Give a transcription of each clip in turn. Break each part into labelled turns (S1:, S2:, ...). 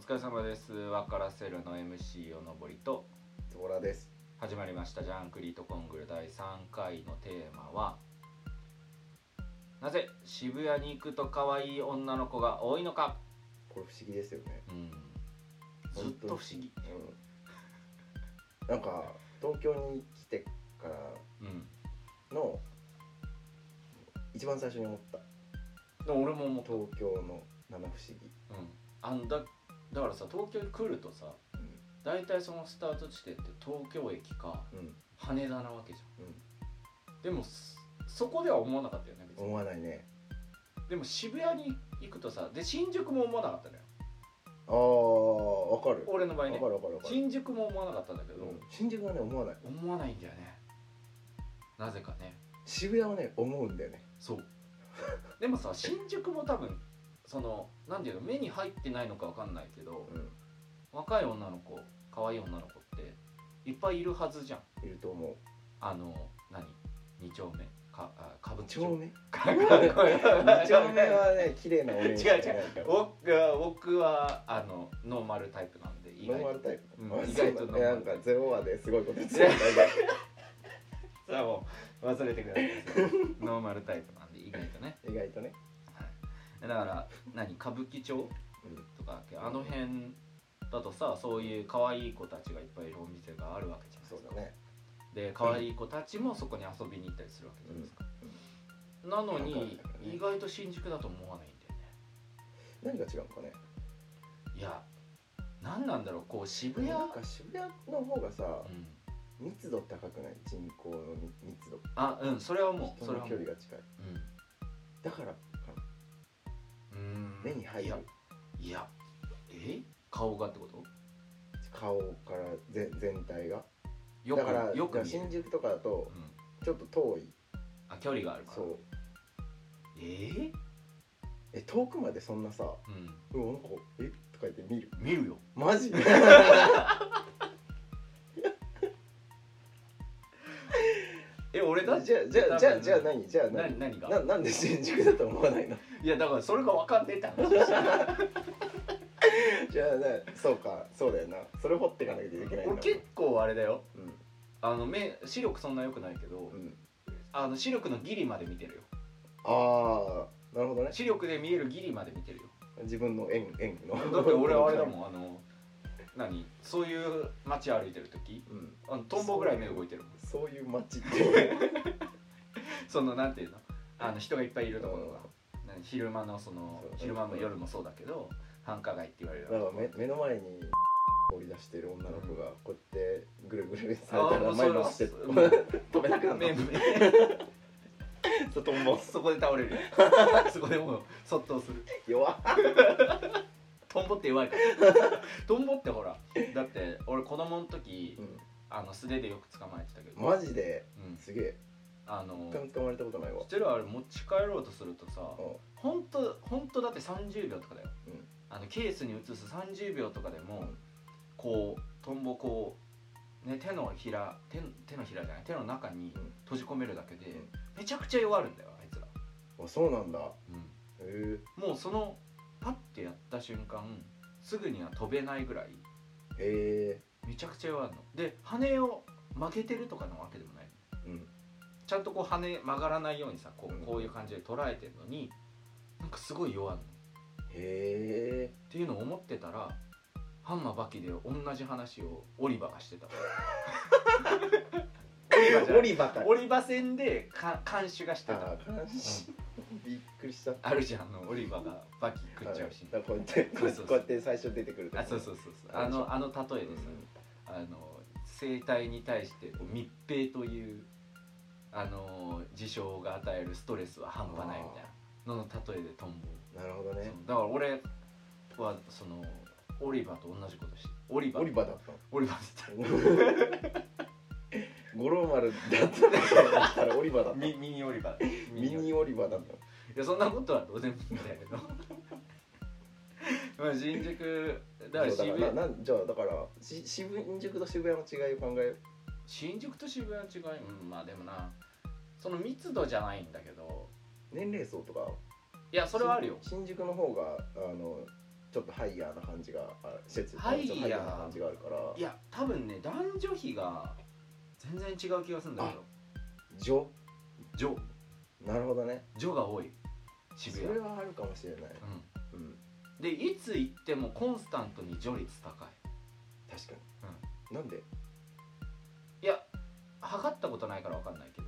S1: 疲れ様です。わからせるの MC をのぼりと
S2: ズボラです。
S1: 始まりましたジャンクリートコングル第3回のテーマはなぜ渋谷に行くと可愛い女の子が多いのか。
S2: これ不思議ですよね。
S1: うん。ずっと不思議。
S2: うん。なんか東京に来てから
S1: うん。
S2: の一番最初に思った
S1: でも俺も思った。うん。
S2: 東京の七不思議。
S1: あのだだからさ東京に来るとさ大体そのスタート地点って東京駅か
S2: うんうん
S1: 羽田なわけじゃん。でもそそこでは思わなかったよね別
S2: うん
S1: に
S2: 思わないね。
S1: でも渋谷に行くとさで新宿も思わなかったのよ
S2: ああわかる。わ
S1: 俺の場合ね
S2: かるわかるわかる。
S1: 新宿も思わなかったんだけど、
S2: うん新宿はね思わない。
S1: 思わないんだよねなぜかね
S2: 渋谷はね思うんだよね。
S1: そう でもさ新宿も多分そのなんていうの目に入ってないのかわかんないけど
S2: う
S1: 若い女の子可愛い女の子っていっぱいいるはずじゃん
S2: んいると思う。
S1: あの何二丁目かあ歌舞
S2: 二
S1: 伎
S2: 丁
S1: 町
S2: 目。
S1: かかっこいい
S2: 二丁 目はね綺麗なお姉ちゃんじゃないから。
S1: 僕は僕はあのノーマルタイプなんで意
S2: ノーマ
S1: 外
S2: ル
S1: と
S2: タイプ。
S1: うん
S2: あ
S1: 意外と
S2: そう
S1: ノ
S2: だ
S1: ーマル
S2: ね
S1: タイ
S2: なん
S1: プ
S2: かゼロ話ですごいこと 言ってたんだ
S1: さあもう忘れてください ノーマルタイプなんで意外とね、
S2: けど意外とね。
S1: はい、だから何歌舞伎町
S2: うん
S1: とかあの辺だとさそういう可愛い子たちがいっぱいいるお店があるわけじゃない
S2: そ
S1: です
S2: う
S1: か
S2: だね。
S1: で可愛い子たちもそこに遊びに行ったりするわけじゃないですか、なのに意外と新宿だと思わないんだよね
S2: 何が違うのかね
S1: いや何なんだろうこう渋谷、
S2: なんか渋谷の方がさ
S1: うん、
S2: 密度高くない人口の密度
S1: あうんそれはもうそ
S2: 人
S1: れ
S2: の
S1: は
S2: 距
S1: もう
S2: 離が近いだからかな
S1: うん
S2: 目に
S1: い
S2: 入る
S1: やいやえ顔がってこと
S2: 顔からぜ全体が
S1: よ
S2: だから
S1: くよく見える
S2: 新宿とかだと
S1: うん
S2: ちょっと遠い
S1: あ距離があるから
S2: そう
S1: えー
S2: え遠くまでそんなさ
S1: うん
S2: 「うんなんかえとか言って見る
S1: 見るよ
S2: マジ
S1: え俺だ
S2: じゃあじゃあじゃあじゃあ何じゃあ何
S1: 何何が
S2: ななんで新宿だと思わないの
S1: いやだからそれが分かんねえって話
S2: じゃあなそうかそうだよなそれ掘っていかなきゃいけないん だ
S1: 俺結構あれだよ
S2: うん
S1: あの目視力そんな良くないけど
S2: うん
S1: あの視力のギリまで見てるよ
S2: ああなるほどね
S1: 視力で見えるギリまで見てるよ
S2: 自分の縁縁の
S1: だって俺はあれだもんあの何そういう街歩いてる時
S2: ん、うん、
S1: あのトンボぐらい目動いてるもん
S2: そういう 街って
S1: そのなんていうのあの人がいっぱいいるところが何昼間のその
S2: そう
S1: 昼間も夜もそうだけど繁華街って言われる
S2: なんか目目の前に放り出してる女の子がこうやってぐるぐるされた
S1: あ
S2: ら
S1: ー
S2: 前に落ちて
S1: それ は
S2: 飛べなくな
S1: 目
S2: る
S1: 目
S2: のトン ボ
S1: そこで倒れ るよそこでもうそっとする
S2: 弱っ
S1: トンボって弱いから トンボってほらだって俺子供の時あの素手でよく捕まえてたけど、
S2: マジで
S1: うん、
S2: すげえ
S1: あ
S2: 一
S1: の
S2: 回も捕まれたことないわ
S1: 知ってるあれ持ち帰ろうとするとさ
S2: う
S1: 本当本当だって30秒とかだよ、
S2: うん
S1: あのケースに移す30秒とかでも、
S2: うん
S1: こうトンボこう、ね、手のひら手の手のひらじゃない手の中に
S2: うん
S1: 閉じ込めるだけで、
S2: うん
S1: めちゃくちゃ弱るんだよあいつら、
S2: んあそうなんだへえ
S1: もうそのパッてやった瞬間すぐには飛べないぐらい
S2: へえ
S1: めちゃくちゃ弱いので羽を曲げてるとかなわけでもない
S2: うん
S1: ちゃんとこう羽曲がらないようにさこ
S2: うん
S1: うこういう感じで捉えてるのになんかすごい弱いのっ
S2: へえ
S1: ていうのを思ってたらハンマーバキで同じ話をオリバがしてた
S2: オリバか
S1: オリバ戦でか監視がしてた
S2: あー悲しいびっくりした
S1: あるじゃんあのオリバがバキ食っちゃうシー
S2: だ
S1: ン
S2: からこうやってこうやって
S1: そうそうそう
S2: こうやって最初出てくる
S1: あそう
S2: う
S1: そうそうそうあのあの例えです、あの生態に対してこう密閉というあの事象が与えるストレスは半端ないみたいなのの例えでトン
S2: なるほど
S1: ボ、
S2: ね
S1: そうだから俺はそのオリバーと同じことしてオリバー
S2: オリバだ ったの
S1: オリバーって
S2: 五郎丸だったとしたらオリバ
S1: 言
S2: だっ
S1: ったたミミニオリ バー
S2: ミニオリバだった
S1: いやそんなことはどうでもいいんだけどまあ新宿だから
S2: そう
S1: 渋
S2: だから
S1: 谷
S2: ななじゃあだからし新宿と渋谷の違いを考える
S1: 新宿と渋谷の違いうんまあでもなその密度じゃないんだけど
S2: 年齢層とか
S1: いやそれはあるよ
S2: 新新宿の方があのちょっとハイヤーな感じがあ施設
S1: ハイヤー
S2: ちょっとハイヤーな感じがあるから
S1: いや多分ね男女比が全然違う気がするんだけど
S2: 女
S1: 女
S2: なるほどね
S1: 女が多い
S2: そ
S1: 渋谷
S2: れはあるかもしれない、
S1: う
S2: うん、
S1: ん、でいつ行ってもコンスタントに女率高い
S2: 確かに、なんで
S1: いや測ったことないから分かんないけ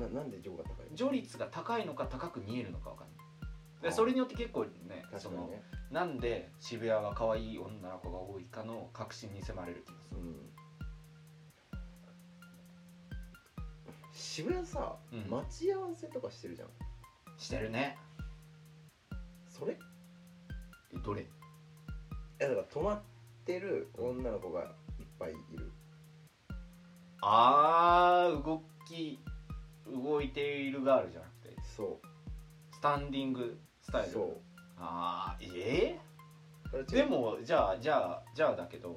S1: ど
S2: ななんで女が高いの
S1: 女率が高いのか高く見えるのか分かんない
S2: あ
S1: でそれによって結構ね
S2: 確
S1: そ
S2: かに
S1: の
S2: ね
S1: なんで渋谷は可愛い女の子が多いかの確信に迫れる気がす
S2: う
S1: る
S2: ん渋谷さ、
S1: うん
S2: 待ち合わせとかしてるじゃん
S1: してるね
S2: それい
S1: えどれ
S2: やだから泊まってる女の子がいっぱいいる
S1: あー動き動いているガールじゃなくて
S2: そう
S1: スタンディングスタイル
S2: そ
S1: ああえ
S2: うこれ違
S1: ー
S2: う
S1: でもじゃあじゃあじゃあだけど、
S2: ん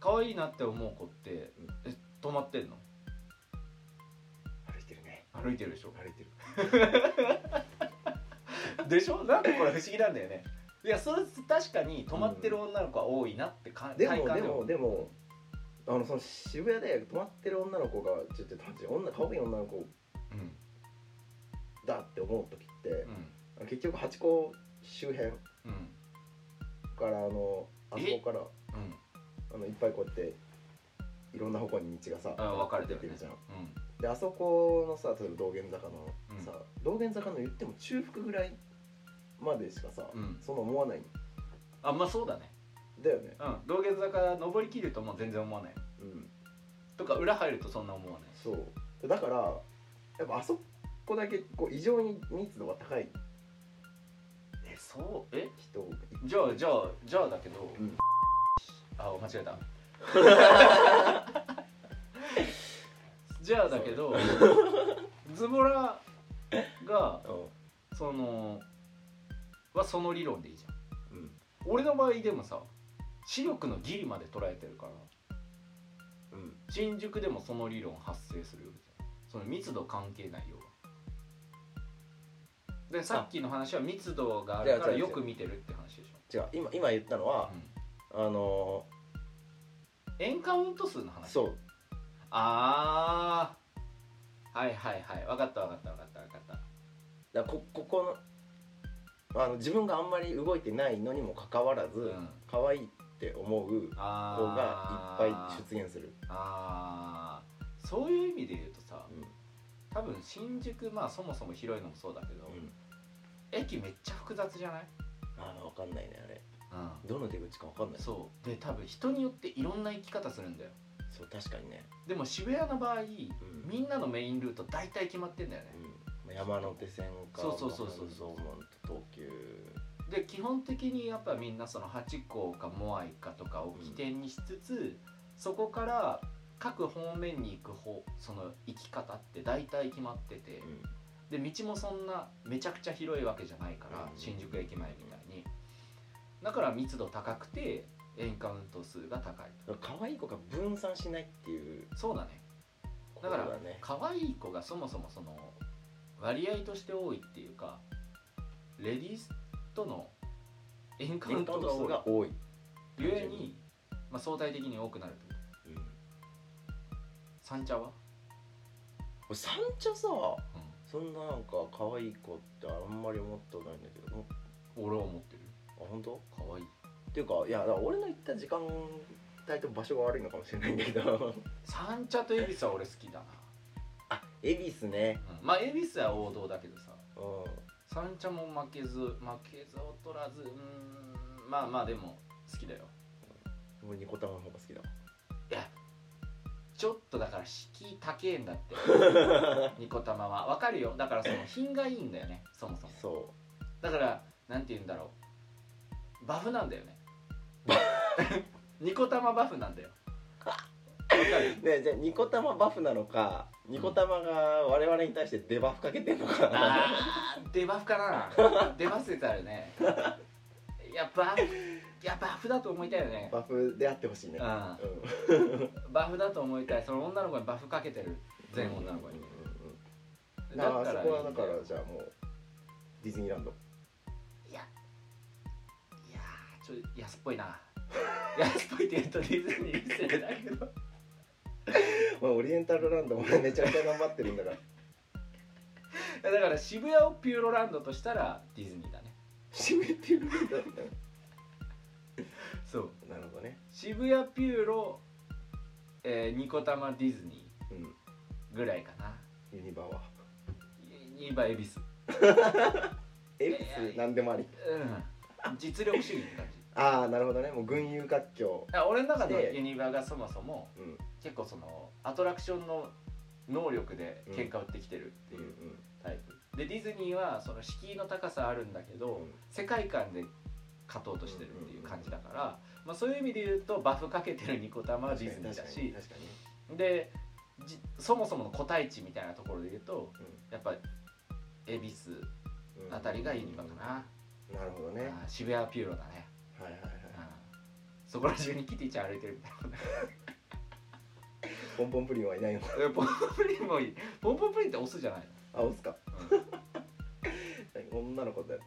S1: 可愛いなって思う子って、
S2: うん
S1: え止まってんの
S2: 歩いてるね
S1: 歩いてるでしょ
S2: 歩いてる
S1: でしょなんかこれ不思議なんだよねいやそれ確かに止まってる女の子は多いなってか、
S2: で
S1: 体
S2: も
S1: 感
S2: で
S1: でも
S2: もでもあのその渋谷で泊まってる女の子がちょっと待って女可愛い女の子
S1: うん
S2: だって思う時って
S1: う、ん
S2: 結局八甲周辺
S1: うん
S2: からあのあそこから
S1: うん
S2: あのいっぱいこうやっていろんな方向に道がさ
S1: あ分かれてる
S2: 出
S1: ね
S2: じゃん
S1: うん
S2: であそこのさ例えば道玄坂の
S1: うん
S2: さ、道玄坂の言っても中腹ぐらいまでしかさ、
S1: うん
S2: そんな思わないん
S1: あまあそうだね
S2: だよね
S1: うん道玄坂上りきるともう全然思わない
S2: うん
S1: とか裏入るとそんな思わない
S2: そうでだからやっぱあそこだけこう異常に密度が高い
S1: えそうえ
S2: 人
S1: じゃあじゃあじゃあだけど、
S2: うん
S1: あ間違 えたじゃあだけどズボラがそのはその理論でいいじゃん
S2: うん
S1: 俺の場合でもさ視力のギリまで捉えてるから
S2: うん
S1: 新宿でもその理論発生するよその密度関係ないよでさっきの話は密度があるか
S2: い
S1: ら
S2: や違う違う
S1: よく見てるって話でし
S2: 違う今今言ったの
S1: ょ
S2: は、、
S1: う
S2: あの
S1: ん、エンカウント数の
S2: ー
S1: 話
S2: そう
S1: ああはいはいはい分かった分かった分かった分かった
S2: だからこここのあの自分があんまり動いてないのにもかかわらず、
S1: うん
S2: 可愛いって思う
S1: あ
S2: 子がいっぱい出現する、
S1: あーあーそういう意味で言うとさ
S2: うん
S1: 多分新宿まあそもそも広いのもそうだけど、駅めっちゃ複雑じゃない、
S2: ああ分かんないねあれ
S1: う、
S2: どの出口か分かんなんい
S1: そうで多分人によっていろんな行き方するんだよ
S2: そう確かにね、
S1: でも渋谷の場合
S2: うん
S1: みんなのメインルート大体決まってんだよね
S2: うん、山手線か
S1: そうそうそうそう
S2: 半蔵門と東急
S1: で基本的にやっぱみんなそのハチ公かモアイかとかを起点にしつつ、そこから各方面に行く方その行き方って大体決まってて、で道もそんなめちゃくちゃ広いわけじゃないから、
S2: うん
S1: 新宿駅前みたいにだから密度高くてエンカウント数が高い
S2: うん、可愛い子が分散しないっていう
S1: とそうだね
S2: こ
S1: だ
S2: と
S1: か
S2: だ
S1: ら
S2: ね
S1: 可愛い子がそもそもその割合として多いっていうかレディースとのエンカウ
S2: エン
S1: ン
S2: カウ
S1: ト
S2: ン
S1: が
S2: ト
S1: 多
S2: 数
S1: い
S2: が多い、
S1: ゆえに、まあ、相対的に多くなると
S2: うん、
S1: 三茶は、
S2: 俺三茶さそんななんか可愛い子ってあんまり思ったことないんだけども
S1: 俺は思ってる
S2: あ本当
S1: 可愛い
S2: っていうかいやだから俺の行った時間帯と場所が悪いのかもしれないんだ けど
S1: 三茶と恵比寿は俺好きだな、
S2: あ恵比寿ね
S1: うんまあ恵比寿は王道だけどさ
S2: う
S1: 三茶も負けず負けず劣らずうーんまあまあでも好きだよ
S2: ん俺ニコタマの方が好きだ
S1: いやちょっとだから敷居高えんだってニコ玉はわかるよだからその品がいいんだよねそもそも
S2: そ
S1: だからなんて言うんだろうバフなんだよ ねニコ玉バフなんだよわかる
S2: うねじゃあニコタマバフなのかニコタマが我々に対してデバフかけてんのかな
S1: あーデバフかなデバフ説あるねいやバフいやバフだと思いたいよね
S2: バフであってほしいね
S1: うんバフだと思いたいその女の子にバフかけてる全女の子に
S2: うんだからそこはだ
S1: いいんだ
S2: か
S1: よ
S2: らじゃあもうディズニーランド
S1: いやいやちょっと安っぽいな安っぽいって言うとディズニー失礼だけど
S2: まあオリエンタルランドも ねめちゃくちゃ頑張ってるんだから
S1: だから渋谷をピューロランドとしたらディズニーだね
S2: 締めてるんだ
S1: そう
S2: なるほどね
S1: 渋谷ピューロ、えー、ニコタマディズニ
S2: うん
S1: ーぐらいかな
S2: ユニバは
S1: 2倍恵比寿
S2: エ
S1: いやい
S2: プ
S1: や
S2: ス何でもあり
S1: うん実力主義って感じ
S2: ああなるほどねもう群雄割拠
S1: あ俺の中の
S2: して
S1: ユニバがそもそも
S2: うん
S1: 結構そのアトラクションの能力で喧嘩売ってきてるって
S2: うんう
S1: いうんタイプでディズニーはその敷居の高さあるんだけど、世界観で勝とうとしてるっていう感じだから、まあ、そういう意味で言うとバフかけてるニコタマはディズニーだし
S2: 確かに
S1: でじそもそもの個体値みたいなところで言うとやっぱ恵比寿
S2: 確かにうん
S1: あたりがユニバかな、
S2: なるほどね
S1: あー渋谷ピューロだね、
S2: はいはいは
S1: う
S2: い
S1: んそこら中にキティちゃん歩いてるみたいな
S2: ポンポンプリンはいないの
S1: えポンポンプリンもいい ポンポンプリンってオスじゃない
S2: あ押すか
S1: の、
S2: 女の子だよ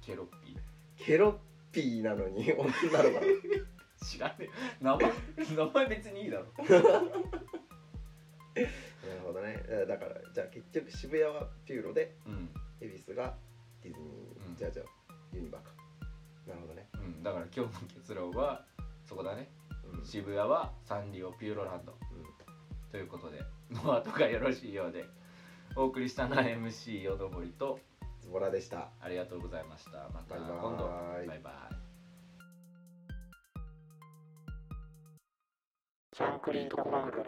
S1: ケロッピ
S2: ケロッピーなのに女 の子なの
S1: ー知らねえ名前名前別にいいだろ
S2: なるほどねえーだからじゃあ結局渋谷はピューロで
S1: うん、
S2: 恵比寿がディズニー、
S1: うん
S2: じゃあじゃあユニバかなるほどね、
S1: うん、だから今日の結論はそこだね
S2: うん
S1: 渋谷はサンリオピューロランド
S2: うん
S1: ということで ノアとかよろしいようでお送りしたのは MC よどぼりと
S2: ズボラでした
S1: ありがとうございましたまた
S2: バイバーイ
S1: 今度バイバイ
S3: コンクリートコマングル